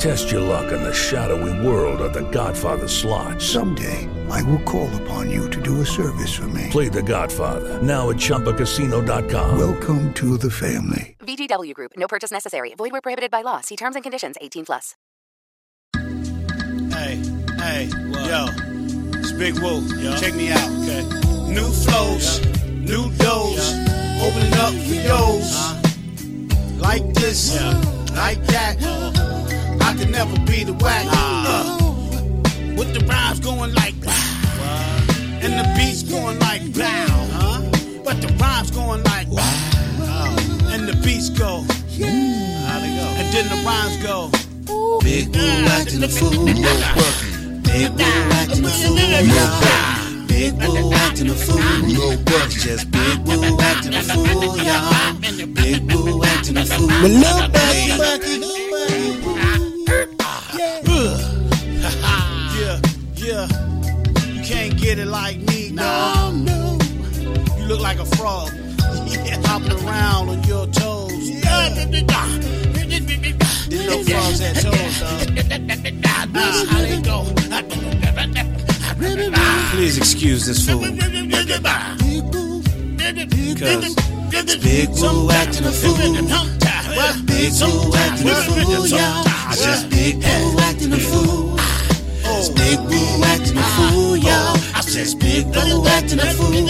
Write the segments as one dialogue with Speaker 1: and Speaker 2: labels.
Speaker 1: Test your luck in the shadowy world of The Godfather slot.
Speaker 2: Someday, I will call upon you to do a service for me.
Speaker 1: Play The Godfather now at ChumbaCasino.com.
Speaker 2: Welcome to the family.
Speaker 3: VGW Group. No purchase necessary. Void where prohibited by law. See terms and conditions. 18 plus.
Speaker 4: Hey, hey, yo, it's Big Woo. Check me out. New flows, new doors, opening up for yours. Like this, like that. I could never be the whack. Uh, with the rhymes going like wow, and the beats going like wow, but the rhymes going like wow, and the beats go, and then the rhymes go.
Speaker 5: Big Woo acting a fool. Big Woo acting a fool. y'all. Big Woo acting a fool. Just Big Woo acting a fool, y'all. Big Woo acting a fool. But nobody fucking
Speaker 4: Yeah, yeah. You can't get it like me, dog. No, You look like a frog. Hopping around on your toes. Didn't know frogs had toes, dog. That's how they go. uh,
Speaker 5: Please excuse this fool. Cause it's Big Woo acting a fool. Big Woo acting a fool, y'all. It's just Big Woo acting a fool. It's Big Woo acting a fool, y'all. It's just Big Woo acting a fool.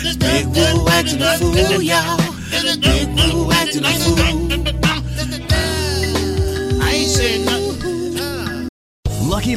Speaker 5: It's Big Woo acting a fool, y'all. Big Woo acting a fool.
Speaker 4: I ain't saying nothing.
Speaker 6: Lucky